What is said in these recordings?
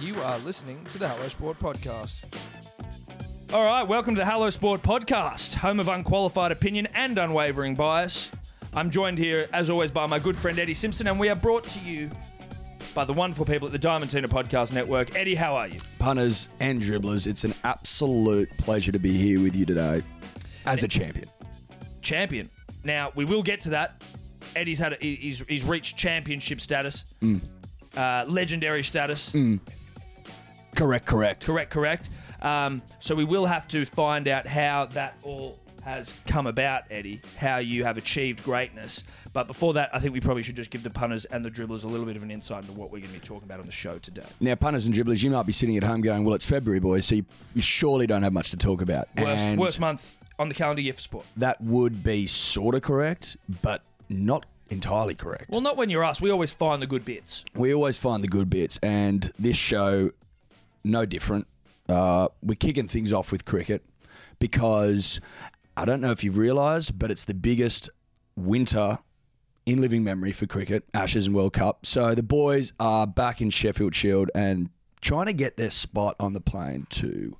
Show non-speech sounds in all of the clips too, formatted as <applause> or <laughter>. You are listening to the Hello Sport Podcast. All right, welcome to the Hello Sport podcast, home of unqualified opinion and unwavering bias. I'm joined here, as always, by my good friend Eddie Simpson, and we are brought to you by the wonderful people at the Diamantina Podcast Network. Eddie, how are you? punters and dribblers. It's an absolute pleasure to be here with you today as a champion. Champion. Now we will get to that. Eddie's had a, he- he's he's reached championship status, uh, legendary status. Correct, correct. Correct, correct. Um, so we will have to find out how that all has come about, Eddie, how you have achieved greatness. But before that, I think we probably should just give the punters and the dribblers a little bit of an insight into what we're going to be talking about on the show today. Now, punters and dribblers, you might be sitting at home going, well, it's February, boys, so you, you surely don't have much to talk about. Worst, and worst month on the calendar year for sport. that would be sort of correct, but not entirely correct. Well, not when you're us. We always find the good bits. we always find the good bits, and this show, no different. Uh, we're kicking things off with cricket because I don't know if you've realised, but it's the biggest winter in living memory for cricket, Ashes and World Cup. So the boys are back in Sheffield Shield and trying to get their spot on the plane to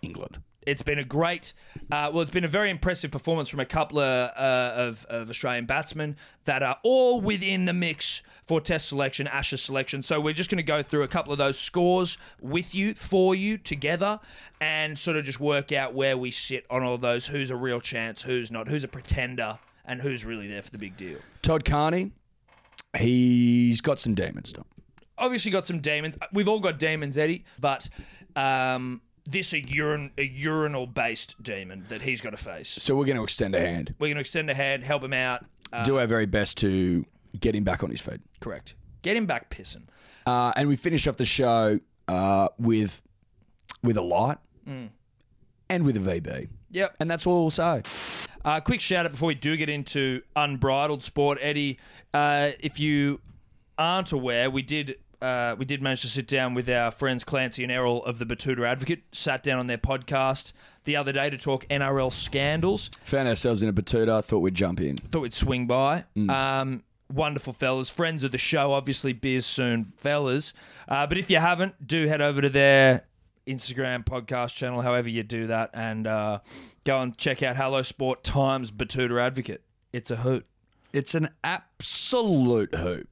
England. It's been a great, uh, well, it's been a very impressive performance from a couple of, uh, of, of Australian batsmen that are all within the mix for Test selection, Ashes selection. So we're just going to go through a couple of those scores with you, for you, together, and sort of just work out where we sit on all those. Who's a real chance? Who's not? Who's a pretender? And who's really there for the big deal? Todd Carney, he's got some demons. Dom. obviously got some demons. Uh, We've all got demons, Eddie, but um, this a urine a urinal based demon that he's got to face. So we're going to extend a hand, We're going to extend a hand, help him out. Uh, do our very best to get him back on his feet. correct. Get him back pissing. Uh, and we finish off the show uh, with with a light Mm. and with a VB. Yep. And that's all we'll say. Uh, quick shout out before we do get into unbridled sport, Eddie. Uh, if you aren't aware, we did. Uh, we did manage to sit down with our friends Clancy and Errol of the Batuta Advocate. Sat down on their podcast the other day to talk NRL scandals. Found ourselves in a batuta, thought we'd jump in. thought we'd swing by. Mm. Um, wonderful fellas, friends of the show, obviously beers soon, fellas. Uh, but if you haven't, do head over to their Instagram podcast channel, however you do that, and uh, go and check out Hello Sport Times Batuta Advocate. It's a hoot. It's an absolute hoop.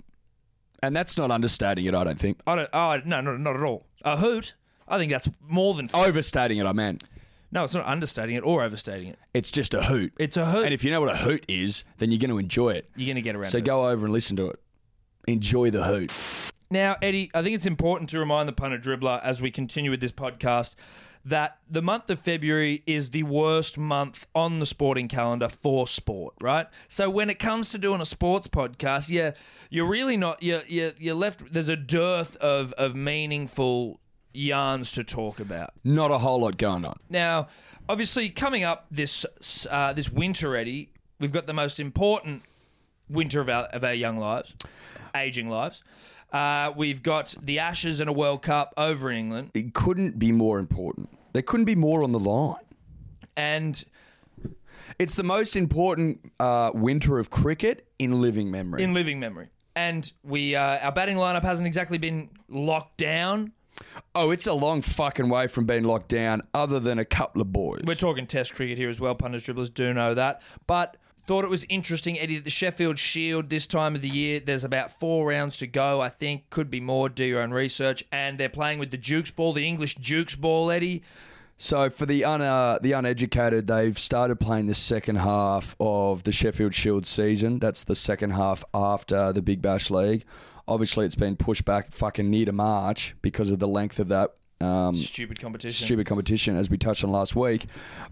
And that's not understating it, I don't think. I don't. Oh no, no, not at all. A hoot. I think that's more than. Overstating it, I meant. No, it's not understating it or overstating it. It's just a hoot. It's a hoot. And if you know what a hoot is, then you're going to enjoy it. You're gonna get around. So it. go over and listen to it. Enjoy the hoot. Now, Eddie, I think it's important to remind the punter dribbler as we continue with this podcast that the month of February is the worst month on the sporting calendar for sport, right? So when it comes to doing a sports podcast, yeah, you're really not you're you're, you're left there's a dearth of of meaningful yarns to talk about. Not a whole lot going on. Now, obviously, coming up this uh, this winter, Eddie, we've got the most important winter of our, of our young lives, aging lives. Uh, we've got the Ashes and a World Cup over in England, It couldn't be more important. There couldn't be more on the line. and It's the most important uh, winter of cricket in living memory. in living memory. And we uh, our batting lineup hasn't exactly been locked down. oh, it's a long fucking way from being locked down, other than a couple of boys. We're talking Test cricket here as well. Punters, dribblers do know that, but. Thought it was interesting, Eddie, that the Sheffield Shield this time of the year, there's about four rounds to go, I think. Could be more, do your own research. And they're playing with the Jukes ball, the English Jukes ball, Eddie. so for the un, uh, the uneducated, they've started playing the second half of the Sheffield Shield season. That's the second half after the Big Bash League. Obviously, it's been pushed back fucking near to March because of the length of that. Um, Stupid competition. stupid competition, as we touched on last week.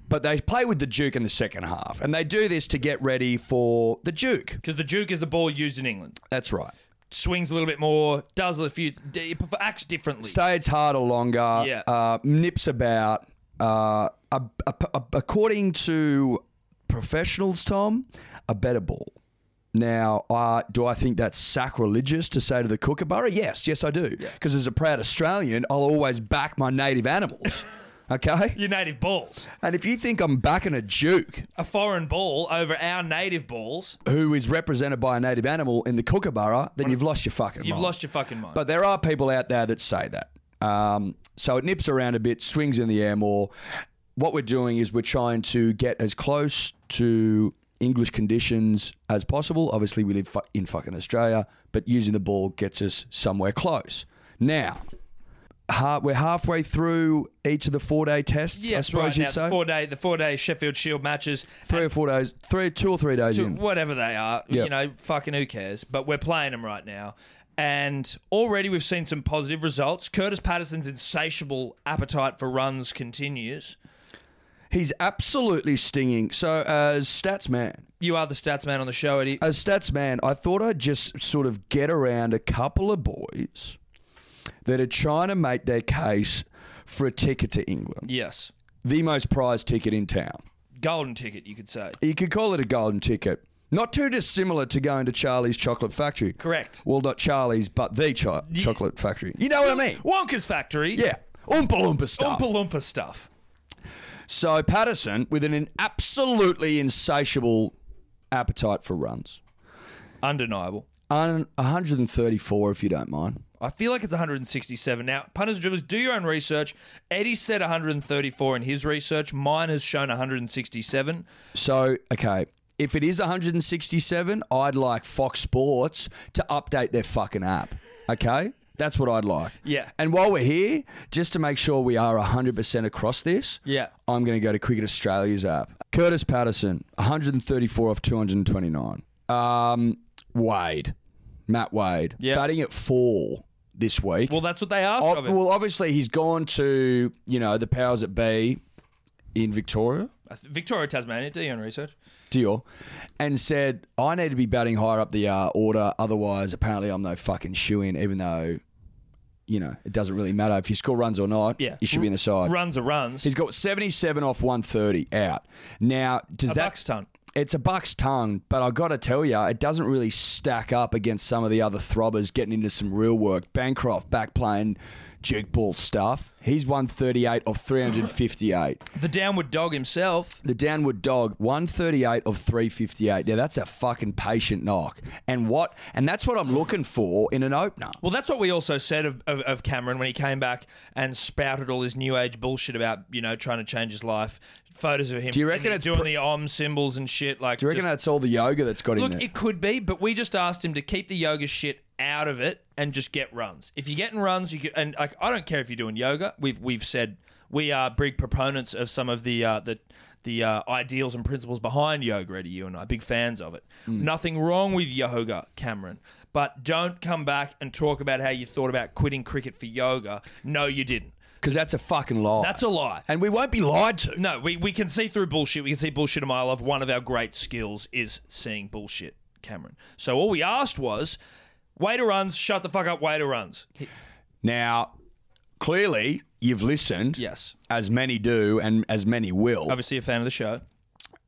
But they play with the Duke in the second half, and they do this to get ready for the Duke. Because the Duke is the ball used in England. That's right. Swings a little bit more, does a few, d- acts differently. stays harder longer. Yeah. Uh, nips about. Uh, a, a, a- according to professionals, Tom, a better ball. Now, uh, do I think that's sacrilegious to say to the kookaburra? Yes, yes, I do. Because as a proud Australian, I'll always back my native animals. <laughs> Okay? Your native balls. And if you think I'm backing a Duke A foreign ball over our native balls. who is represented by a native animal in the kookaburra, then you've lost your fucking You've mind. lost your fucking mind. But there are people out there that say that. Um, so it nips around a bit, swings in the air more. What we're doing is we're trying to get as close to English conditions as possible. Obviously, we live fu- in fucking Australia, but using the ball gets us somewhere close. Now, ha- we're halfway through each of the four day tests, I yes, suppose right you'd now, the say. four day, the four day Sheffield Shield matches, three or four days, three, two or three days to in. whatever they are, Yeah. you know, fucking who cares? But we're playing them right now. And already we've seen some positive results. Curtis Patterson's insatiable appetite for runs continues. He's absolutely stinging. So, as stats man, You are the stats man on the show, Eddie. as stats man, I thought I'd just sort of get around a couple of boys that are trying to make their case for a ticket to England, yes. the most prized ticket in town. Golden ticket, you could say. You could call it a golden ticket. Not too dissimilar to going to Charlie's Chocolate Factory. Correct. Well, not Charlie's, but the cho- Chocolate Factory. You know what I mean? Wonka's factory. Yeah. Oompa Loompa stuff. Oompa Loompa stuff. So Patterson, with an absolutely insatiable appetite for runs, Undeniable. Un- 134 if you don't mind. I feel like it's 167. Now, punters and dribblers, do your own research. Eddie said 134 in his research. Mine has shown 167. So, okay, if it is 167, I'd like Fox Sports to update their fucking app. Okay? That's what I'd like. Yeah. And while we're here, just to make sure we are 100% across this, Yeah. I'm going to go to Cricket Australia's app. Curtis Patterson, 134 off 229. Um, Wade, Matt Wade, Yeah. batting at four this week. Well, that's what they asked Ob- of him. well, obviously he's gone to you know the powers that be in Victoria. I th- Victoria, Tasmania, do your own research. Dior, and said, I need to be batting higher up the uh, order. Otherwise, apparently, I'm no fucking shoe in, even though, you know, it doesn't really matter if you score runs or not. Yeah. You should be in the side. Runs are runs. He's got 77 off 130 out. Now, does a that. buck's ton. It's a buck's tongue, but i got to tell you, it doesn't really stack up against some of the other throbbers getting into some real work. Bancroft back playing jig ball stuff. He's 138 off 358. The downward dog himself. The downward dog, 138 of 358. Now that's a fucking patient knock. And what and that's what I'm looking for in an opener. Well, that's what we also said of, of, of Cameron when he came back and spouted all his new age bullshit about, you know, trying to change his life. Photos of him Do you reckon in the- it's doing pr- the om symbols and shit. Like, Do you reckon that's all the yoga that's got in Look, there? it could be, but we just asked him to keep the yoga shit out of it and just get runs. If you're getting runs, you could, and like I don't care if you're doing yoga. We've we've said we are big proponents of some of the uh, the the uh, ideals and principles behind yoga. Eddie, you and I, big fans of it. Nothing wrong with yoga, Cameron. But don't come back and talk about how you thought about quitting cricket for yoga. No, you didn't. Because that's a fucking lie. That's a lie. and we won't be lied to. No, we, we can see through bullshit. We can see bullshit a mile off. One of our great skills is seeing bullshit, Cameron. So all we asked was, waiter runs, shut the fuck up, waiter runs. He- Now, clearly you've listened. yes. As many do and as many will. Obviously a fan of the show.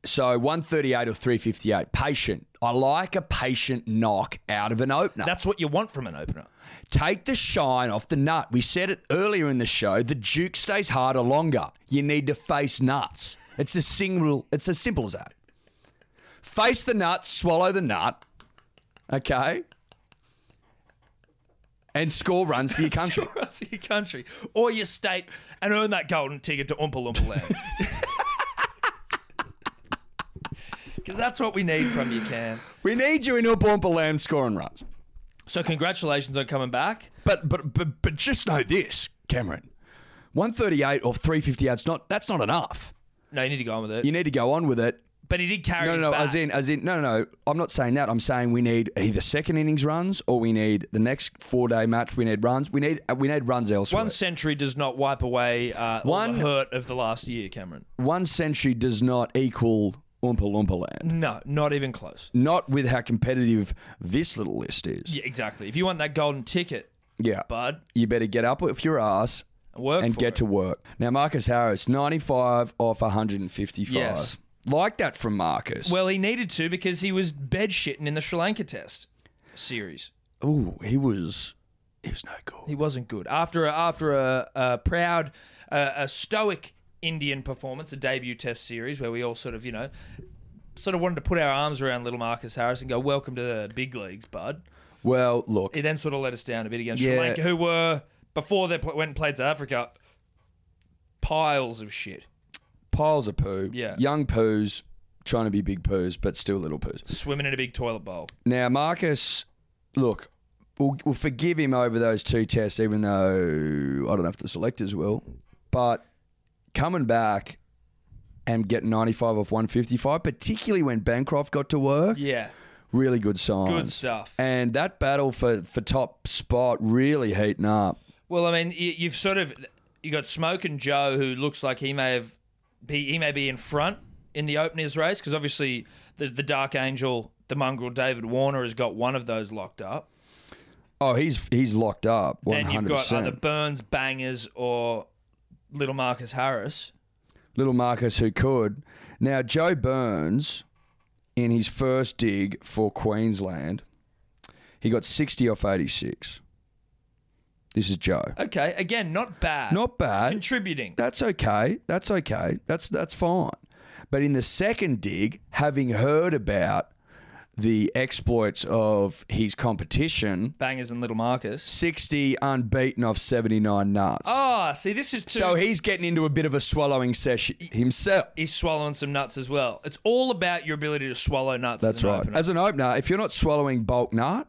So 138 of 358. Patient. I like a patient knock out of an opener. That's what you want from an opener. Take the shine off the nut. We said it earlier in the show. The Duke stays harder longer. You need to face nuts. It's as single. It's as simple as that. Face the nut. Swallow the nut. Okay. And score runs for your <laughs> country. Across your country or your state and earn that golden ticket to Oompa Loompa Land. <laughs> Because that's what we need from you, Cam. We need you in your bumper land scoring runs. So congratulations on coming back. But but but but just know this, Cameron. 138 or 350 out's not that's not enough. No, you need to go on with it. You need to go on with it But he did carry No, his no, no. bat. As in, as in, no, no, no. I'm not saying that. I'm saying we need either second innings runs or we need the next four day match. We need runs. We need uh, we need runs elsewhere. One century does not wipe away uh, all One- the hurt of the last year, Cameron. One century does not equal Oompa Loompa land. No, not even close. Not with how competitive this little list is. Yeah, exactly. If you want that golden ticket, Yeah, bud, you better get up off your ass work and for get it. to work. Now, Marcus Harris, 95 off 155. Yes. Like that from Marcus. Well, he needed to because he was bed shitting in the Sri Lanka Test series. Ooh, he was He was no good. He wasn't good. After a, after a, a proud, uh, a stoic Indian performance, a debut Test series where we all sort of, you know, sort of wanted to put our arms around little Marcus Harris and go, "Welcome to the big leagues, bud." Well, look, He then sort of let us down a bit against Yeah. Sri Lanka, who were before they pl- went and played South Africa, piles of shit, piles of poo. Yeah. Young poos, trying to be big poos, but still little poos. swimming in a big toilet bowl. Now, Marcus, look, we'll, we'll forgive him over those two tests, even though I don't know if the selectors will. But coming back and getting 95 off 155, particularly when Bancroft got to work, Yeah, really good signs. good stuff. And that battle for, for top spot really heating up. Well, I mean, you, you've sort of you got Smoke and Joe, who looks like he may have be he may be in front in the openers race because obviously the the Dark Angel, the mongrel David Warner has got one of those locked up. Oh, he's he's locked up. 100%. Then you've got either Burns Bangers or Little Marcus Harris. little Marcus who could. Now, Joe Burns, in his first dig for Queensland, he got 60 off 86. This is Joe. Okay, again, not bad. Not bad. contributing. That's okay. That's okay. That's that's fine. But in the second dig, having heard about the exploits of his competition, Bangers and Little Marcus. 60 unbeaten off 79 nuts. Ah, see, this is too. so he's getting into a bit of a swallowing session himself. he's swallowing some nuts as well. It's all about your ability to swallow nuts. That's as an right. opener. As an opener, if you're not swallowing bulk nut,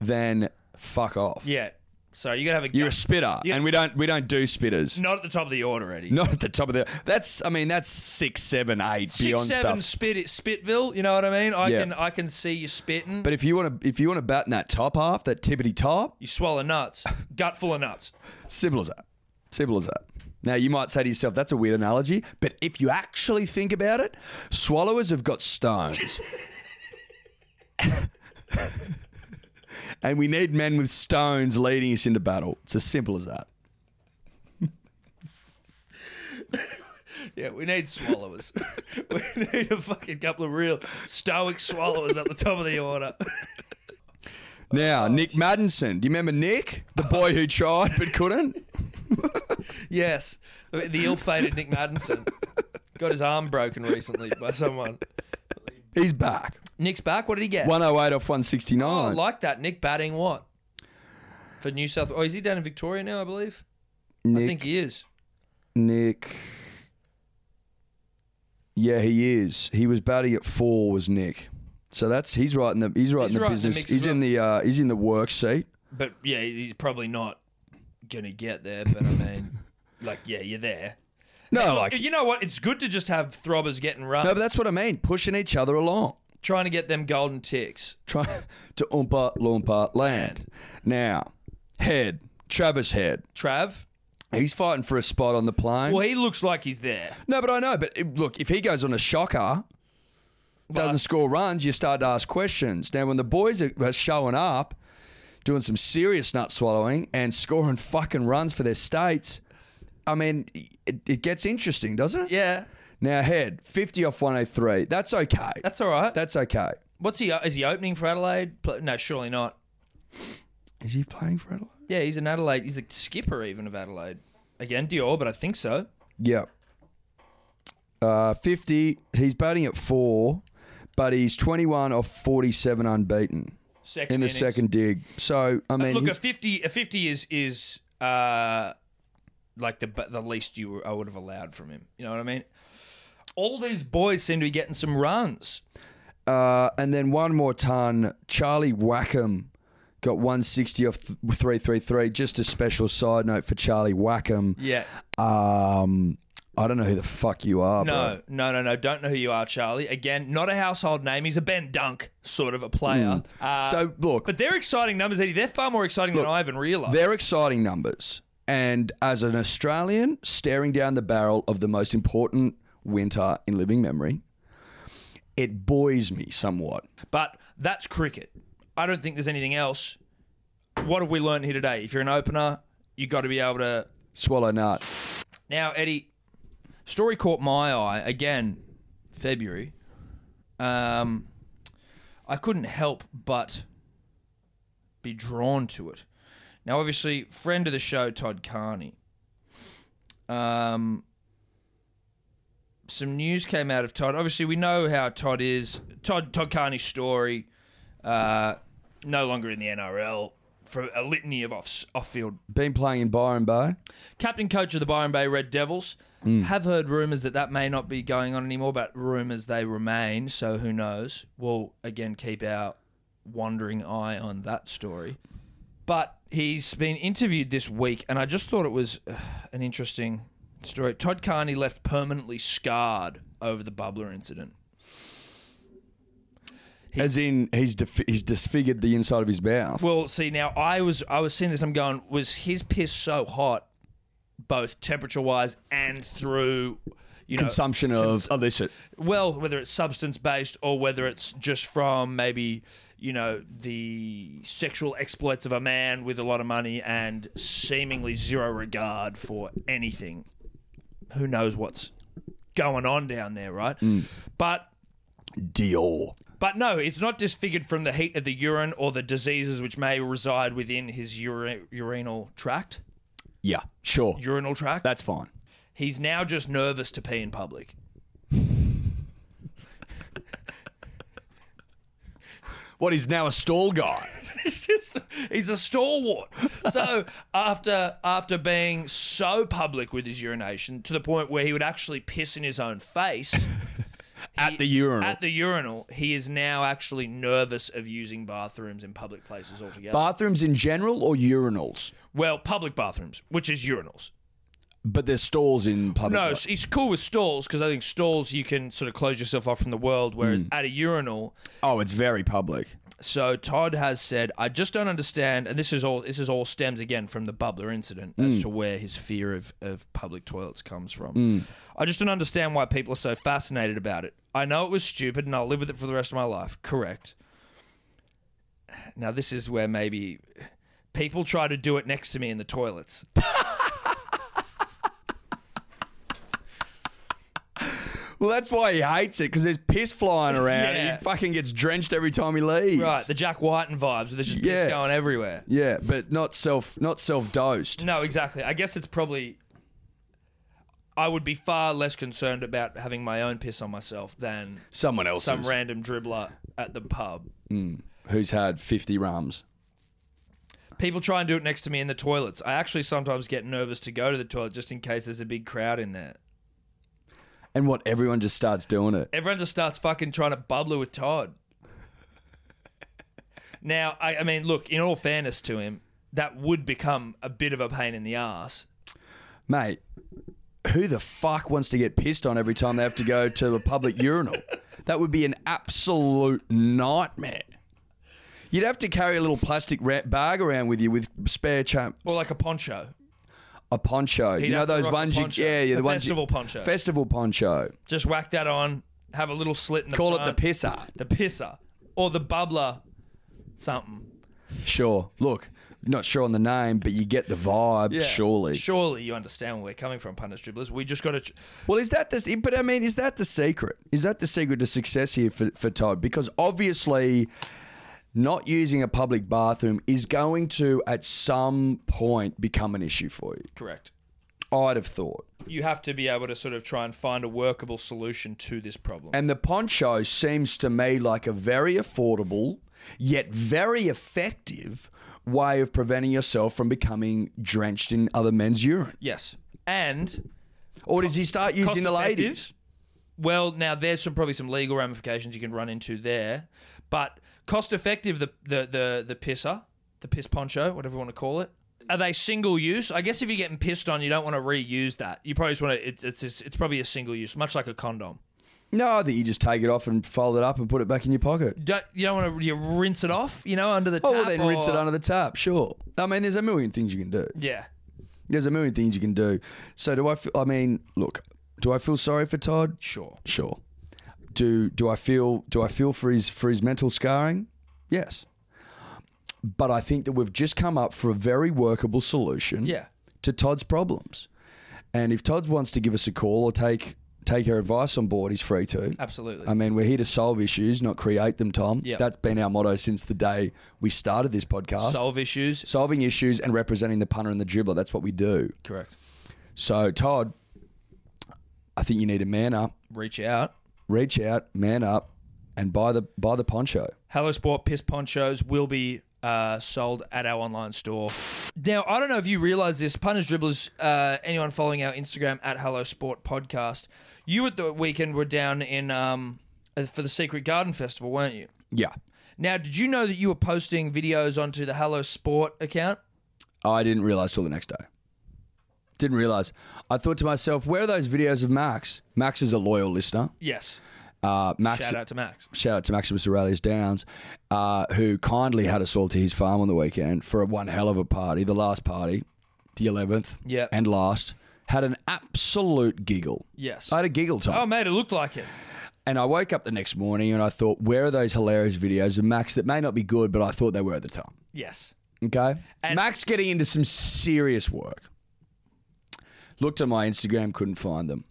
then fuck off. yeah. So you gotta have a. You're a spitter, Yeah. and we don't we don't do spitters. not at the top of the order, Eddie. Not at the top of the. That's I mean that's six, seven, eight Six beyond seven stuff. spit Spitville. You know what I mean? I Yeah. can I can see you spitting. But if you want to if you want to bat in that top half, that tippity top, you swallow <laughs> nuts, gut full of nuts. simple as that. Simple as that. Now you might say to yourself, that's a weird analogy, but if you actually think about it, swallowers have <laughs> got stones. <laughs> and we need men with stones leading us into battle. It's as simple as that. Yeah, we need <laughs> swallowers. we need a fucking couple of real stoic swallowers at the top of the order. Now, Nick Maddinson. Do you remember Nick? The boy who tried but couldn't? Yes, the, the ill-fated Nick Maddinson got his arm broken recently by someone. He's back. Nick's back. What did he get? 108 off Oh, I 169. like that. Nick batting what for New South? Oh, is he down in Victoria now? I believe. I Nick, think he is. Nick. Yeah, he is. He was batting at four, was Nick. So that's he's right in the he's right He's in the right in the business. mix as he's in the uh, he's in the work seat. But yeah, he's probably not gonna get there. But I <laughs> mean, like, yeah, you're there. No, Look, Oh, like you know what? It's good to just have throbbers getting run, no, but that's what I mean. Pushing each other along. <laughs> trying to get them golden ticks. Try to oompa loompa land. Now, head Travis Head. Trav, He's fighting for a spot on the plane. well, he looks like he's there. No, but I know. But it- look, if he goes on a shocker, doesn't score runs, you start to ask questions. Now, when the boys are are showing up, doing some serious nut swallowing and scoring fucking runs for their states, I mean, it, it gets interesting, doesn't it? Yeah, Now, head 50 off 103. That's okay. that's all right. That's okay. What's he? uh, Is he opening for Adelaide? Pl- No, surely not. Is he playing for Adelaide? Yeah, he's in Adelaide. He's the skipper even of Adelaide. Again, Dior, but I think so. Yeah. Uh, 50. He's batting at four, but he's 21 off 47 unbeaten Second in the innings. second dig. So, I mean, Look, a he's- fifty, a fifty is is uh, like the the least you were, I would have allowed from him. You know what I mean? All these boys seem to be getting some runs. Uh, and then one more ton, Charlie Wackham got 160 off th- 333. Just a special side note for Charlie Wackham. Yeah. Um, I don't know who the fuck you are, No, no, no, no. Don't know who you are, Charlie. Again, not a household name. He's a Ben Dunk sort of a player. Mm. Uh, bro. So, look, but they're exciting numbers, Eddie. They're far more exciting than I even realised. they're exciting numbers. And as an Australian staring down the barrel of the most important winter in living memory, it buoys me somewhat. But that's cricket. I don't think there's anything else. What have we learned here today? If you're an opener, you got to be able to Swallow nut. Now, Eddie, story caught my eye again, February. Um, I couldn't help but be drawn to it. Now, obviously, friend of the show, Todd Carney. Um, some news came out of Todd. Obviously, we know how Todd is. Todd Todd Carney's story, uh, no longer in the NRL for a litany of off off field Been playing in Byron Bay. captain coach of the Byron Bay Red Devils. Have heard rumours that that may not be going on anymore, but rumours they remain. So who knows? We'll again keep our wandering eye on that story. But he's been interviewed this week, and I just thought it was uh, an interesting story. Todd Carney left permanently scarred over the bubbler incident. As in, he's def- he's disfigured the inside of his mouth. Well, see now I was I was seeing this. I'm going, was his piss so hot, both temperature wise and through, you know, Consumption of illicit. well, whether it's substance based or whether it's just from maybe you know the sexual exploits of a man with a lot of money and seemingly zero regard for anything. Who knows what's going on down there, right? But Dior. but no, it's not disfigured from the heat of the urine or the diseases which may reside within his ure- urinal tract. Yeah, sure. Urinal tract. That's fine. He's now just nervous to pee in public. What, he's now a stall guy? <laughs> He's just he's a stalwart. So after after being so public with his urination to the point where he would actually piss in his own face <laughs> At he- the urinal. At the urinal, he is now actually nervous of using bathrooms in public places altogether. Bathrooms in general or urinals? well, public bathrooms, which is urinals. But there's stalls in public. No, s- he's cool with stalls because I think stalls you can sort of close yourself off from the world, whereas Hmm. at a urinal, Oh, it's very public. So Todd has said, "I just don't understand," and this is all this is all stems again from the bubbler incident as to where his fear of, of public toilets comes from. I just don't understand why people are so fascinated about it. I know it was stupid, and I'll live with it for the rest of my life. Correct. Now this is where maybe people try to do it next to me in the toilets. Well, that's why he hates it because there's piss flying around Yeah. and he fucking gets drenched every time he leaves. Right, the Jack Whiten vibes. There's just Yes. piss going everywhere. Yeah, but not self not self dosed. No, exactly. I guess it's probably. I would be far less concerned about having my own piss on myself than Someone else's some random dribbler at the pub. who's had 50 rums. People try and do it next to me in the toilets. I actually sometimes get nervous to go to the toilet just in case there's a big crowd in there. And what everyone just starts doing it. Everyone just starts fucking trying to bubbler with <laughs> Todd. Now, I, I mean, look, in all fairness to him, that would become a bit of a pain in the ass. Mate, who the fuck wants to get pissed on every time they have to go to <laughs> a public urinal? That would be an absolute nightmare. You'd have to carry a little plastic ra- bag around with you with spare champs. Or like a poncho. a poncho. You know have to those rock a ones you poncho. yeah, yeah, The the ones you- festival poncho. Festival poncho. Just whack that on, have a little slit in the Call it front. the pisser. the pisser or the bubbler something Sure. Look, not sure on the name, but you get the vibe, surely. surely you understand where we're coming from punters dribblers we just got to Well, is that the? But I mean, is that the secret? Is that the secret to success here for, for Todd? Because obviously, not using a public bathroom is going to at some point become an issue for you. correct I'd have thought. you have to be able to sort of try and find a workable solution to this problem And the poncho seems to me like a very affordable, yet very effective way of preventing yourself from becoming drenched in other men's urine. yes and Or does he start using the cost-effective? ladies? well now there's some probably some legal ramifications you can run into there but cost effective the the the, the pisser the piss poncho whatever you want to call it are they single use? I guess if you're getting pissed on, you don't want to reuse that. You probably just want to. It's it's it's probably a single use, much like a condom. No, I think you just take it off and fold it up and put it back in your pocket. don't you don't want to you rinse it off, you know, under the tap. Oh, well, then rinse it or- under the tap. Sure. I mean, there's a million things you can do. Yeah, There's a million things you can do. So do I? Feel, I mean, look, do I feel sorry for Todd? sure. Sure. Do do I feel do I feel for his for his mental scarring? Yes. But I think that we've just come up for a very workable solution Yeah, to Todd's problems. And if Todd wants to give us a call or take take our advice on board, he's free to. Absolutely. I mean, we're here to solve issues, not create them, Tom. Yep. That's been our motto since the day we started this podcast. Solve issues. Solving issues and representing the punter and the dribbler. That's what we do. Correct. So, Todd, I think you need to man up, Reach out. reach out, man up, and buy the buy the poncho. Hello Sport piss ponchos will be uh, sold at our online store. Now, I don't know if you realize this, punters, dribblers, uh, anyone following our Instagram at Hello Sport Podcast, you at the weekend were down in um, uh, for the Secret Garden Festival, weren't you? Yeah, Now, did you know that you were posting videos onto the Hello Sport account? I didn't realize till the next day. Didn't realize. I thought to myself, where are those videos of Max? Max is a loyal listener. Yes. Uh, Max, Shout out to Max. shout out to Maximus Aurelius Downs, uh, who kindly had us all to his farm on the weekend for one hell of a party, the last party, the 11th, Yep. and last. Had an absolute giggle. Yes. I had a giggle time. Oh, mate, it looked like it. and I woke up the next morning and I thought, where are those hilarious videos of Max that may not be good, but I thought they were at the time? Yes. Okay. And- Max getting into some serious work. Looked at my Instagram, couldn't find them.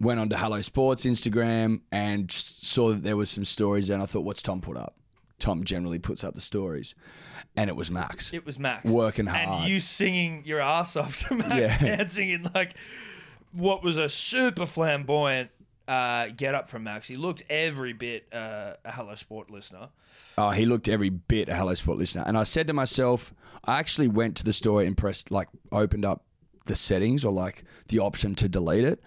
Went on to Hello Sports Instagram and s- saw that there was some stories there, and I thought, what's Tom put up? Tom generally puts up the stories. And it was Max. It was Max. Working hard. And you singing your ass off to <laughs> Max Yeah. dancing in like what was a super flamboyant uh, get up from Max. He looked every bit uh, a Hello Sport listener. Oh, he looked every bit a Hello Sport listener. And I said to myself, I actually went to the store and pressed, like, opened up the settings or like the option to delete it.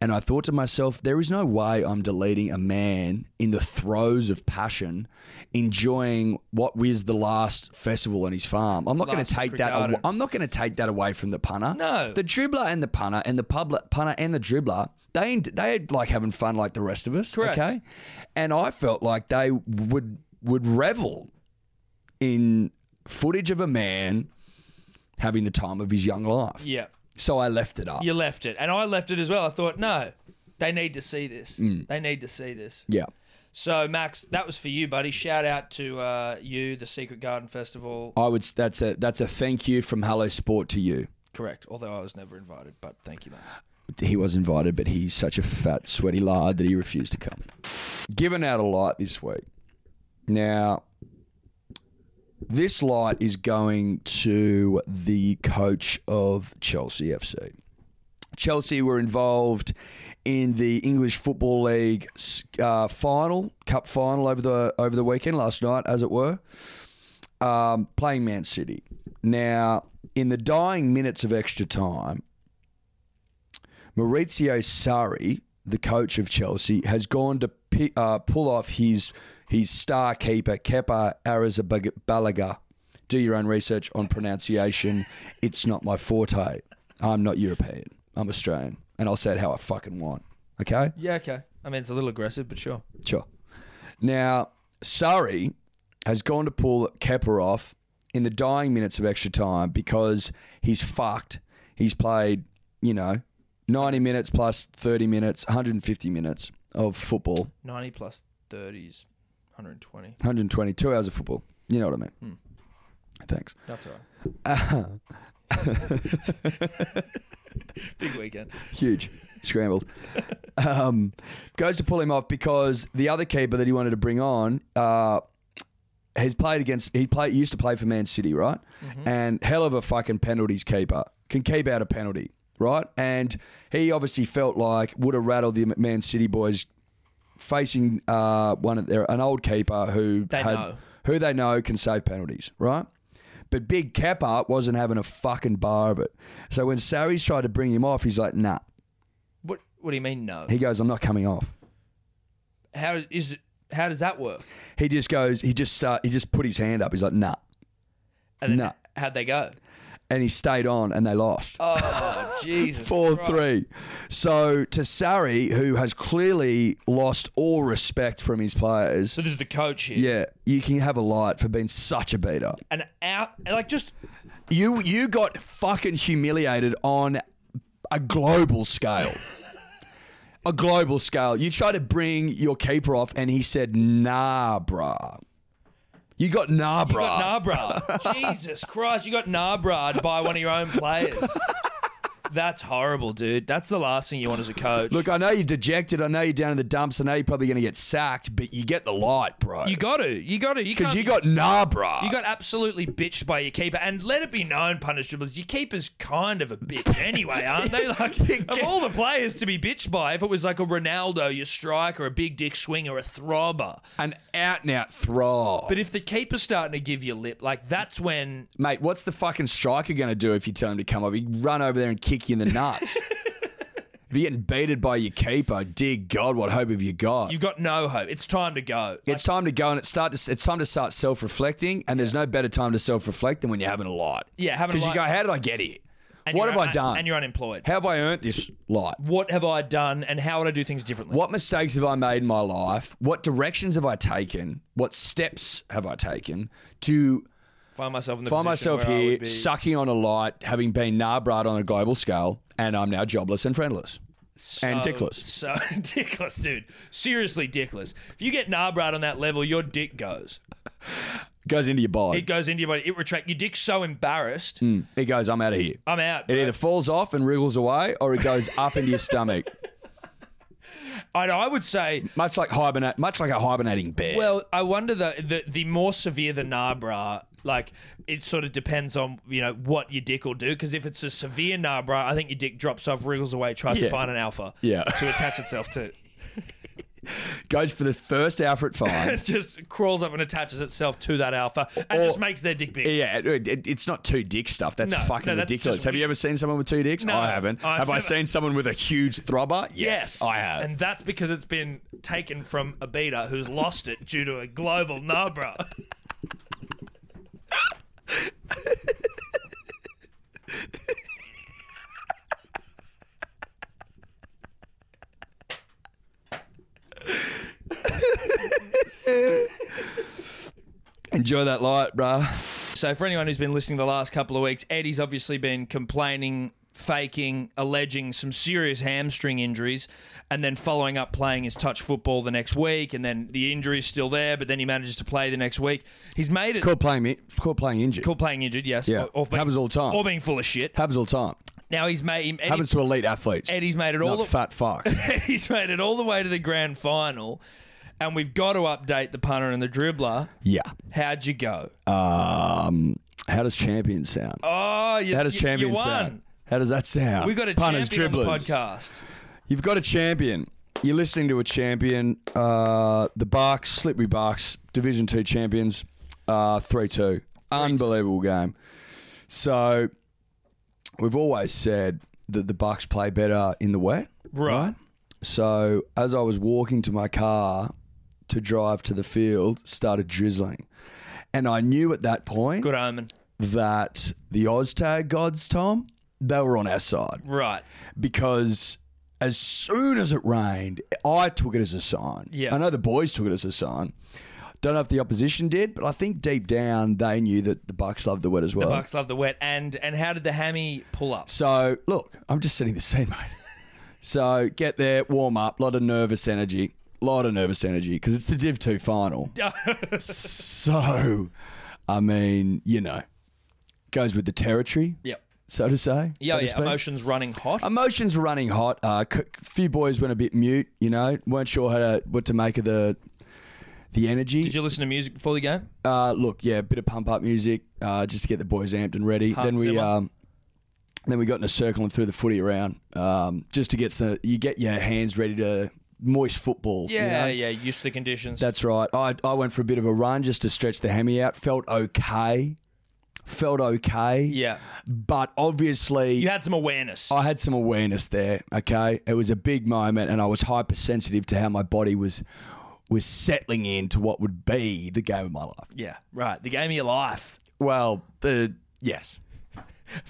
And I thought to myself, there is no way I'm deleting a man in the throes of passion, enjoying what was the last festival on his farm. I'm not going Last to take that. Cricardo. Away. I'm not going to take that away from the punter. No. the dribbler and the punter and the pub- punter and the dribbler. They ain't- they ain't, like having fun like the rest of us. Correct. Okay. And I felt like they would would revel in footage of a man having the time of his young life. Yeah. So I left it up. You left it. And I left it as well. I thought, no, they need to see this. Mm. They need to see this. Yeah. So, Max, that was for you, buddy. Shout out to uh, you, the Secret Garden Festival. I would s- that's a that's a thank you from Hello Sport to you. Correct. Although I was never invited, but thank you, Max. He was invited, but he's such a fat, sweaty lard that he refused to come. Given out a light this week. Now, this light is going to the coach of Chelsea FC. Chelsea were involved in the English Football League uh, final, cup final over the over the weekend last night, as it were, um, playing Man City. Now, in the dying minutes of extra time, Maurizio Sarri, the coach of Chelsea, has gone to pi uh, pull off his his star keeper Kepa Arrizabalaga. Do your own research on pronunciation. It's not my forte. I'm not European. I'm Australian, and I'll say it how I fucking want. Okay, Yeah, okay. I mean, it's a little aggressive, but sure. sure. Now Sarri has gone to pull Kepa off in the dying minutes of extra time because he's fucked. He's played, you know, 90 minutes plus 30 minutes, 150 minutes of football, 90 plus 30s, 120. 122 hours of football. You know what I mean? Thanks. That's all right. <laughs> Big weekend. Huge. Scrambled. um, goes to pull him off because the other keeper that he wanted to bring on uh, has played against. He play, used to play for Man City, right? Mm-hmm. And hell of a fucking penalties keeper can keep out a penalty, right? And he obviously felt like would have rattled the Man City boys facing uh, one of their an old keeper who They had, know. who they know can save penalties, right? But Big Kappa wasn't having a fucking bar of it. So when Sarri's tried to bring him off, he's like, nah. What What do you mean no? He goes, I'm not coming off. How is it, How does that work? He just goes, he just start, he just put his hand up. He's like, nah. And then No. how'd they go? And he stayed on and they lost. <laughs> Oh Jesus! Four Christ. three. So to Sarri, who has clearly lost all respect from his players, So this is the coach here. yeah, you can have a light for being such a beater. An out, like just You you got fucking humiliated on a global scale. a global scale. You tried to bring your keeper off and he said, nah, bruh. You got nah, bruh. you got <laughs> <laughs> Nabra. Jesus Christ! You got Nabra'd by one of your own players. That's horrible, dude. That's the last thing you want as a coach. Look, I know you're dejected. I know you're down in the dumps. I know you're probably going to get sacked, but you get the light, bro. you got to. You got to. You Because can't- you got nah, bro. You got absolutely bitched by your keeper, and let it be known, punish dribblers, your keeper's kind of a <laughs> bitch anyway, aren't they? Like, of all the players to be bitched by, if it was like a Ronaldo, your striker, a big dick swinger, a throbber, an out and out throb. but if the keeper's starting to give you lip, like that's when Mate, what's the fucking striker going to do if you tell him to come over? He'd run over there and kick you in <laughs> the nuts. if you're getting beated by your keeper, dear God, what hope have you got? you've got no hope. It's time to go. Like, it's time to go and it start to, it's time to start self reflecting, and there's no better time to self reflect than when you're having a light. Yeah, having a Because you go, light. how did I get here? and What you're have I un- done? And you're unemployed. how have I earned this light? What have I done, and how would I do things differently? What mistakes have I made in my life? What directions have I taken? What steps have I taken to Find myself in the find position myself where I would here be- sucking on a light, having been narbrad on a global scale, and I'm now jobless and friendless and So- dickless. Oh, So <laughs> dickless, dude. Seriously, dickless. If you get Narbrad on that level, your dick goes. Goes into your It body. goes into your body. It retract. Your dick's so embarrassed. It goes, I'm out of here. I'm out. Mm. It bro. either falls off and wriggles away, or <laughs> it goes up into your stomach, And I would say, much like hibernate, much like a hibernating bear. well, I wonder the the, the more severe the Narbra, like it sort of depends on you know what your dick will do. Because if it's a severe Narbra, I think your dick drops off, wriggles away, tries to Yeah. find an alpha. Yeah. To attach itself <laughs> to, goes for the first alpha <laughs> it it finds. just crawls up and attaches itself to that alpha, and Or- just makes their dick big. Yeah, it, it- it's not two dick stuff. That's No, fucking no, that's ridiculous. just- have you ever seen someone with two dicks? No, I haven't. I've have I never- seen someone with a huge <laughs> throbber? Yes, I have. And that's because it's been taken from a beta who's lost it due to a global <laughs> Narbra. Enjoy that light, bruh. So, for anyone who's been listening the last couple of weeks, Eddie's obviously been complaining, faking, alleging some serious hamstring injuries, and then following up playing his touch football the next week, and then the injury's still there, but then he manages to play the next week. He's made it. Called playing me. Called playing injured. Cool playing injured, yes. Yeah. Happens all the time. Or being full of shit. Happens all the time. Now he's made. Eddie, Happens to elite athletes. Eddie's made it all. not the- fat <laughs> fuck. he's made it all the way to the grand final, and we've got to update the punter and the dribbler. yeah. How'd you go? Uh, Um, how does champion sound? Oh, you, how does you- champion you won. sound? How does that sound? We've got a Punters, champion on the dribblers. podcast. You've got a champion. You're listening to a champion. Uh, the Barks, Slippery Barks, Division Two champions, uh, three two, unbelievable game. So, we've always said that the Bucks play better in the wet. Right. So as I was walking to my car to drive to the field, started drizzling. And I knew at that point Good omen. that the Oztag gods, Tom, they were on our side Right. because as soon as it rained, I took it as a sign. Yeah. I know the boys took it as a sign. Don't know if the opposition did, but I think deep down they knew that the Bucks loved the wet as well. Bucks love the wet. And and how did the hammy pull up? So look, I'm just setting the scene, <laughs> mate. So get there, warm up, lot of nervous energy, lot of nervous energy because it's the Div <laughs> Two final. so, I mean, you know, goes with the territory, Yep. so to say. Yeah, so to yeah. speak. Emotions running hot. Uh, Emotions were running hot. A uh, c- few boys went a bit mute, you know, weren't sure how to, what to make of the the energy. did you listen to music before the game? Uh, look, yeah, a bit of pump up music uh, just to get the boys amped and ready. Hans then we Zimmer. um, then we got in a circle and threw the footy around um, just to get the you get your hands ready to moist football. you Yeah, know? yeah. Used to the conditions. that's right. I I went for a bit of a run just to stretch the hammy out. Felt okay, felt okay. yeah. but obviously You had some awareness. I had some awareness there. Okay, it was a big moment, and I was hypersensitive to how my body was was settling into what would be the game of my life. yeah. Right. The game of your life. Well, the yes,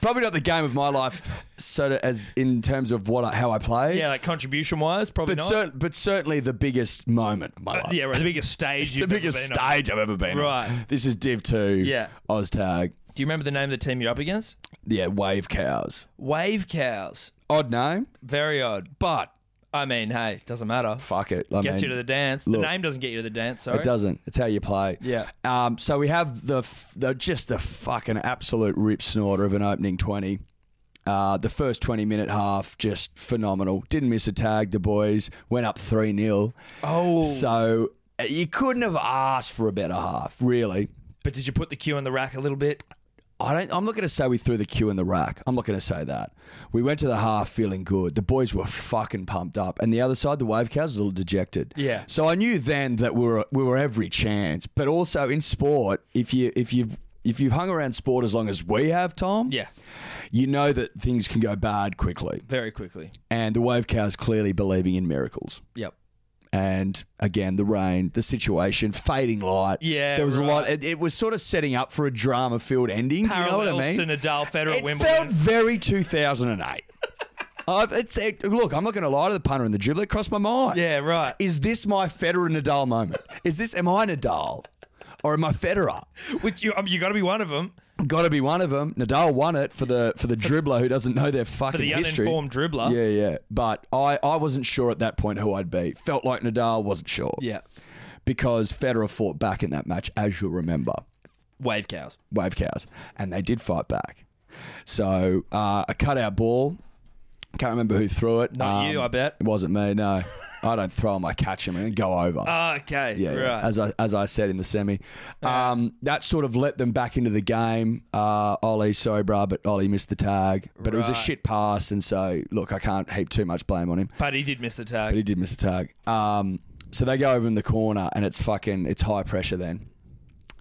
probably not the game of my life. So to, as in terms of what I, how I play, Yeah, like contribution wise, probably but not. Uh, cer- but certainly the biggest moment of my life. yeah, right. The biggest stage <laughs> the you've ever biggest been on. stage I've ever been on. Right. This is Div Two. Yeah. Oztag. Do you remember the name of the team you're up against? Yeah, Wave Cows. Wave Cows. Odd name, Very odd. but I mean, hey, doesn't matter. fuck it. I Gets mean, you to the dance. look. the name doesn't get you to the dance. Sorry. It doesn't. It's how you play. Yeah. Um, so we have the, f- the just the fucking absolute rip snorter of an opening twenty. Uh, the first 20 minute half, just phenomenal. Didn't miss a tag, the boys. Went up 3 0. Oh. So uh, you couldn't have asked for a better half, really. But did you put the cue on the rack a little bit? I don't, I'm not going to say we threw the cue in the rack. I'm not going to say that. We went to the half feeling good. The boys were fucking pumped up, and the other side, the wave cows, was a little dejected. Yeah. So I knew then that we were we were every chance, but also in sport, if you if you if you've hung around sport as long as we have, Tom, Yeah, you know that things can go bad quickly, very quickly. and the wave cows clearly believing in miracles. Yep. And again, the rain, the situation, fading light. Yeah, there was right. a lot. It, it was sort of setting up for a drama-filled ending. Do you know Parallels what I mean? to Nadal, Federer, it Wimbledon. felt very 2008. <laughs> I've, Uh, it's, it, look, I'm not going to lie to the punter and the dribbler. It crossed my mind. yeah, right. Is this my Federer Nadal moment? Is this, am I Nadal? Or am I Federer? Which you, I mean, you got to be one of them Got to be one of them. Nadal won it for the for the dribbler who doesn't know their for fucking the history. uninformed dribbler. Yeah, yeah. But I, I wasn't sure at that point who I'd be. Felt like Nadal wasn't sure. Yeah. Because Federer fought back in that match, as you'll remember. Wave cows. wave cows, and they did fight back. So uh, a cutout ball. Can't remember who threw it. Um, Not you, I bet. It wasn't me. No, I don't throw them. I catch them and then go over. Ah, Okay, yeah, yeah. Uh, right. as I as I said in the semi, um, that sort of let them back into the game. Uh, Ollie, sorry, bruh, but Ollie missed the tag. But it was a Right. shit pass, and so look, I can't heap too much blame on him. but he did miss the But tag. he did miss a tag. Um, so they go over in the corner, and it's fucking it's high pressure then,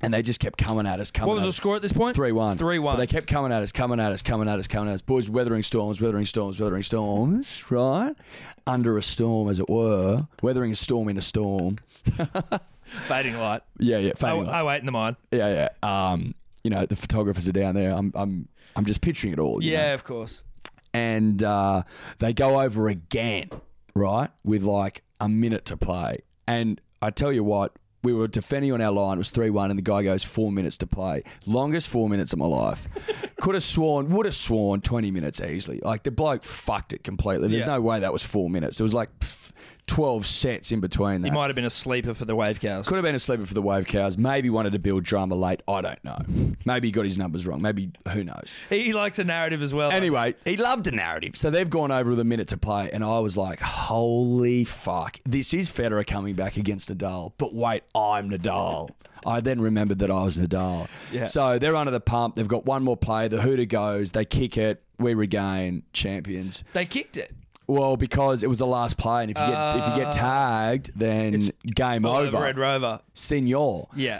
and they just kept coming at us. Coming What was at the us. score at this point? Three one. Three one. But they kept coming at us, coming at us, coming at us, coming at us. Boys, weathering storms, weathering storms, weathering storms. Right under a storm, as it were, weathering a storm in a storm. Fading light. Yeah, yeah, I, fading light. I wait in the mine. yeah, yeah. Um, you know, the photographers are down there. I'm, I'm, I'm just picturing it all. you know? Yeah, of course. and uh, they go over again, right, with like a minute to play. And I tell you what, we were defending on our line. It was three one, and the guy goes four minutes to play. Longest four minutes of <laughs> my life. Could have sworn, would have sworn twenty minutes easily. Like the bloke fucked it completely. There's Yeah. no way that was four minutes. There was like pff, twelve sets in between that. He might have been a sleeper for the wave cows. Could have been a sleeper for the Wave Cows. Maybe wanted to build drama late. I don't know. Maybe he got his numbers wrong. Maybe who knows. He likes a narrative as well. Anyway, he loved a narrative. So they've gone over with a minute to play, and I was like, holy fuck. This is Federer coming back against Nadal, but wait, I'm Nadal. I then remembered that I was Nadal. Yeah. So they're under the pump. They've got one more play. The hooter goes. They kick it. We regain champions. they kicked it. Well, because it was the last play, and if you get if you get tagged, then game All over Uh, over. Red Rover. Senor. Yeah.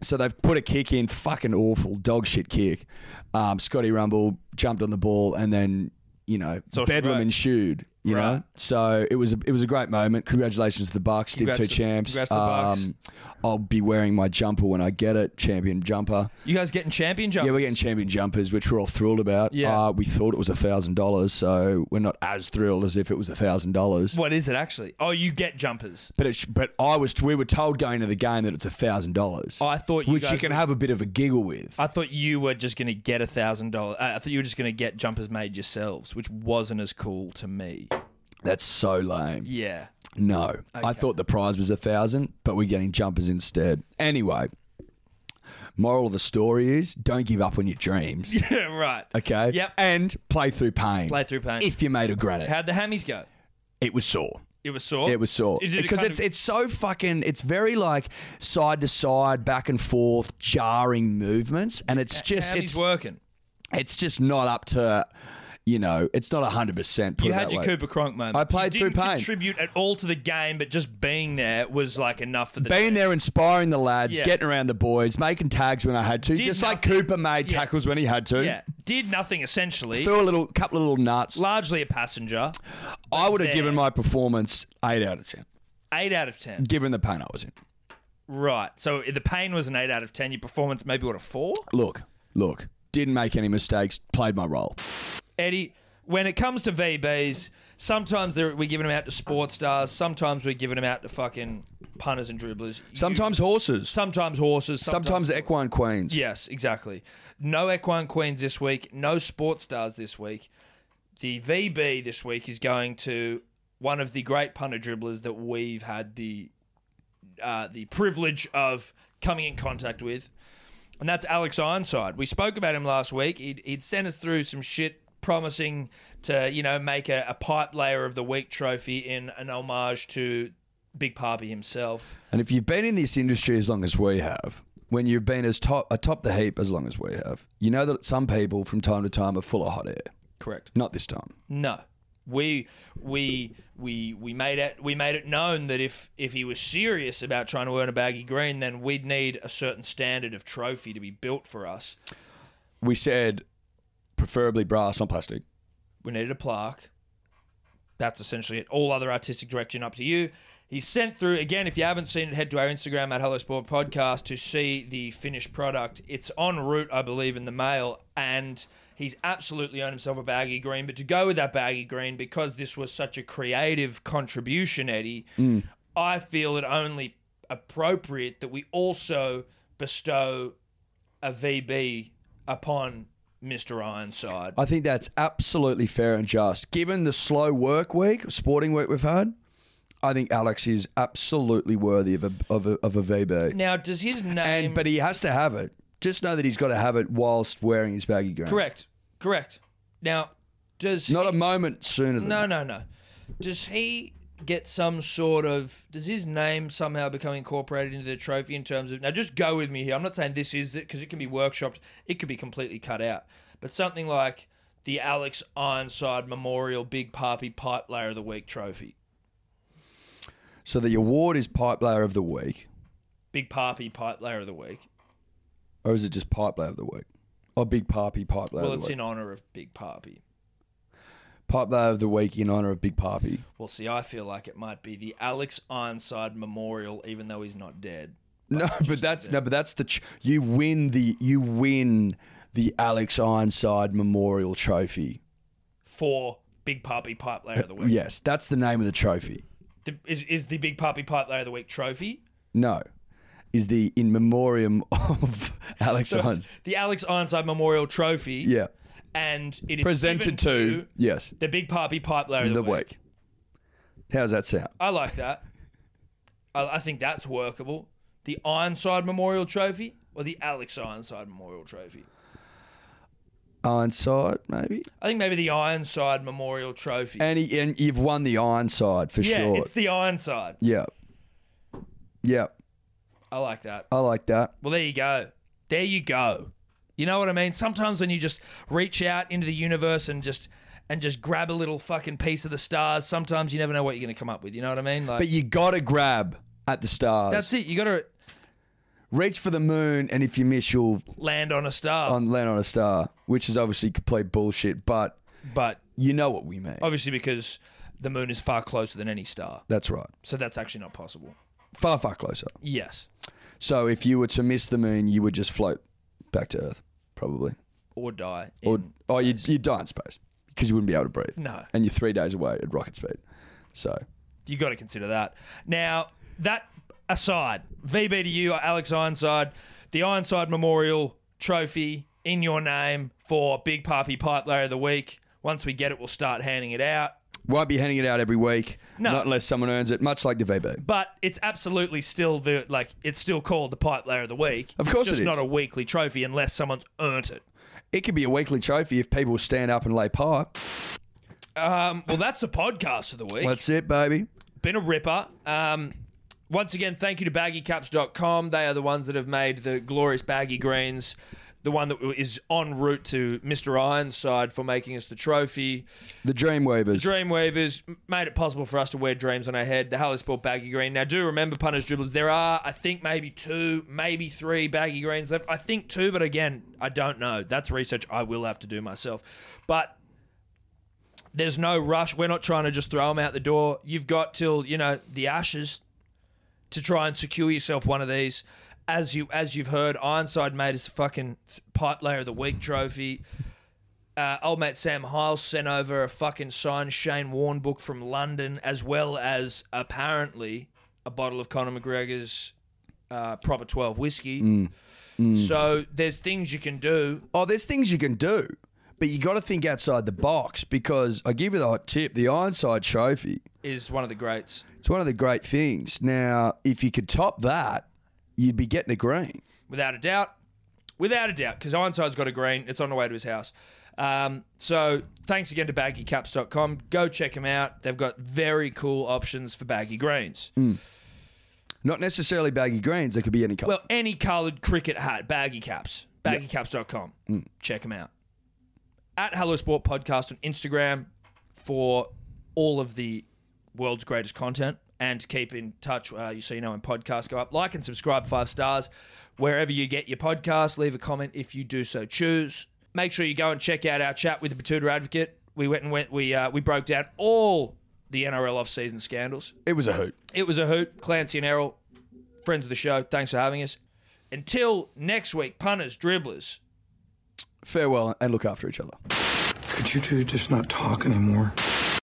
So they've put a kick in, fucking awful, dog shit kick. Um, Scotty Rumble jumped on the ball and then, you know, Saw Bedlam Shrek. ensued. You know, Right. so it was a, it was a great moment. Congratulations to the Bucks, Div Congrats Two to- champs. Um, congrats to the Bucks. I'll be wearing my jumper when I get it, champion jumper. You guys getting champion jump? Yeah, we're getting champion jumpers, which we're all thrilled about. Yeah. uh, we thought it was a thousand dollars, so we're not as thrilled as if it was a thousand dollars. What is it actually? Oh, you get jumpers. But it's but I was we were told going to the game that it's a thousand dollars, I thought you which guys you can were- have a bit of a giggle with. I thought you were just going to get a thousand dollars. I thought you were just going to get jumpers made yourselves, which wasn't as cool to me. That's so lame. Yeah. <laughs> No, I Okay. thought the prize was a thousand, but we're getting jumpers instead. Anyway, moral of the story is don't give up on your dreams. Yeah. Right. Okay. Yep. And play through pain. Play through pain. If you made a granite, How'd the hammies go? it was sore. It was sore. It was sore Is it because kind it's of- it's so fucking. It's very like side to side, back and forth, jarring movements, and it's just hammies it's working. it's just not up to, you know, it's not hundred percent. You had your Cooper Cronk moment. I played you through didn't pain. Contribute at all to the game, but just being there was like enough for the being there, inspiring the lads, Yeah. getting around the boys, making tags when I had to, Did just like nothing. Cooper made Yeah. tackles when he had to. Yeah, did nothing essentially. Threw a little couple of little nuts. largely a passenger. I would have there. given my performance eight out of ten, Eight out of ten. given the pain I was in. Right. So the pain was an eight out of ten. Your performance maybe what a four. Look, look, didn't make any mistakes, played my role. Eddie, when it comes to VBs, sometimes they're, we're giving them out to sports stars. Sometimes we're giving them out to fucking punters and dribblers. You- Sometimes horses, sometimes horses. sometimes equine queens. Yes, exactly. No Equine Queens this week. No Sports Stars this week. The VB this week is going to one of the great punter dribblers that we've had the uh, the privilege of coming in contact with, and that's Alex Ironside. We spoke about him last week. He'd, he'd sent us through some shit promising to you know make a, a pipe layer of the week trophy in an homage to Big Papi himself. And if you've been in this industry as long as we have, when you've been as top atop the heap as long as we have, you know that some people from time to time are full of hot air. Correct. Not this time. No. We we we we made it we made it known that if if he was serious about trying to earn a baggy green, then we'd need a certain standard of trophy to be built for us. We said preferably brass, not plastic. We needed a plaque. That's essentially it. All other artistic direction up to you. He sent through again. If you haven't seen it, head to our Instagram at Hello Sport Podcast to see the finished product. It's en route, I believe, in the mail, and he's absolutely earned himself a baggy green. But to go with that baggy green, because this was such a creative contribution, Eddie, I feel it only appropriate that we also bestow a VB upon Mister Ironside. I think that's absolutely fair and just. Given the slow work week, sporting week we've had, I think Alex is absolutely worthy of a of a, of a VB. Now, does his name? And but he has to have it. Just know that he's got to have it whilst wearing his baggy green. Correct. Correct. Now, does Not he- a moment sooner than no no no? Does he get some sort of? Does his name somehow become incorporated into the trophy in terms of? Now, just go with me here. I'm not saying this is it because it can be workshopped. It could be completely cut out. But something like the Alex Ironside Memorial Big Papi Pipe Layer of the Week trophy. So the award is pipe layer of the week, Big Papi Pipe Layer of the Week. or is it just pipe layer of the week? Or big pappy pipe layer Well, of the it's week. in honor of Big Papi. pipe layer of the week in honor of big pappy. Well, see, I feel like it might be the Alex Ironside Memorial, even though he's not dead. No, but that's no, but that's the ch- you win the you win the Alex Ironside Memorial Trophy. for Big Papi Pipe Layer of the Week. Yes, that's the name of the trophy. The- is, is the Big Papi Pipe Layer of the Week trophy? No, is the in memoriam <laughs> of Alex So it's Irons. the Alex Ironside Memorial Trophy. Yeah, And it is given presented to, to yes the Big Papi Pipe Layer of the the, week. How's that sound? I like that. I, I think that's workable. The Ironside Memorial Trophy or the Alex Ironside Memorial Trophy? Ironside, maybe. I think maybe the Ironside Memorial Trophy. And he, and you've won the Ironside for yeah, sure. it's the Ironside. Yeah, yeah. I like that. I like that. Well, there you go. There you go. You know what I mean? Sometimes when you just reach out into the universe and just and just grab a little fucking piece of the stars, sometimes you never know what you're going to come up with. You know what I mean? Like But you gotta grab at the stars. that's it. You got to Reach for the moon, and if you miss, you'll land on a star. on land on a star, which is obviously complete bullshit. But but you know what we mean. obviously, because the moon is far closer than any star, That's right. so that's actually not possible. Far, far closer. Yes, So if you were to miss the moon, you would just float back to Earth, probably. or die. In, Or oh, you'd, you'd die in space because you wouldn't be able to breathe. no, And you're three days away at rocket speed. So you got to consider that. Now, that aside, VB to you, Alex Ironside, the Ironside Memorial Trophy in your name for Big Papi Pipe Layer of the Week. Once we get it, we'll start handing it out. won't be handing it out every week. No. Not unless someone earns it, much like the VB. But it's absolutely still the like it's still called the Pipe Layer of the Week. Of course it's just it is. not a weekly trophy unless someone's earned it. It could be a weekly trophy if people stand up and lay pipe. Um, well, that's the podcast of the week. That's it, baby. been a ripper. Um, once again, thank you to baggycaps.com. They are the ones that have made the glorious baggy greens, the one that is en route to Mr. Ironside for making us the trophy. The Dreamweavers. Dreamweavers m- made it possible for us to wear dreams on our head. The Hello Sport baggy green. Now, do remember, punters, dribblers, there are, I think, maybe two, maybe three baggy greens left. I think two, but again, I don't know. That's research I will have to do myself. But there's no rush. We're not trying to just throw them out the door. You've got till you know the ashes to try and secure yourself one of these. As you as you've heard, Ironside made us a fucking th- pipe layer of the week trophy. Uh, old mate Sam Hiles sent over a fucking signed Shane Warne book from London, as well as apparently a bottle of Conor McGregor's uh, proper twelve whiskey. So there's things you can do. Oh, there's things you can do, but you got to think outside the box because I give you the hot tip the Ironside Trophy. Is one of the greats. It's one of the great things. Now, if you could top that, you'd be getting a green. without a doubt. Without a doubt, because Ironside's got a green. It's on the way to his house. Um, so thanks again to baggycaps.com. Go check them out. They've got very cool options for baggy greens. Not necessarily baggy greens. There could be any color. Well, any coloured cricket hat, baggy caps, baggycaps.com. Check them out. At Hello Sport Podcast on Instagram for all of the world's greatest content and to keep in touch. Uh, you so you know when podcasts go up, like and subscribe five stars wherever you get your podcast. Leave a comment if you do so choose. Make sure you go and check out our chat with the Batuta Advocate. We went and went. We uh, we broke down all the NRL off-season scandals. it was a hoot. It was a hoot. Clancy and Errol, friends of the show, thanks for having us. Until next week, punters, dribblers, Farewell and look after each other. Could you two just not talk anymore?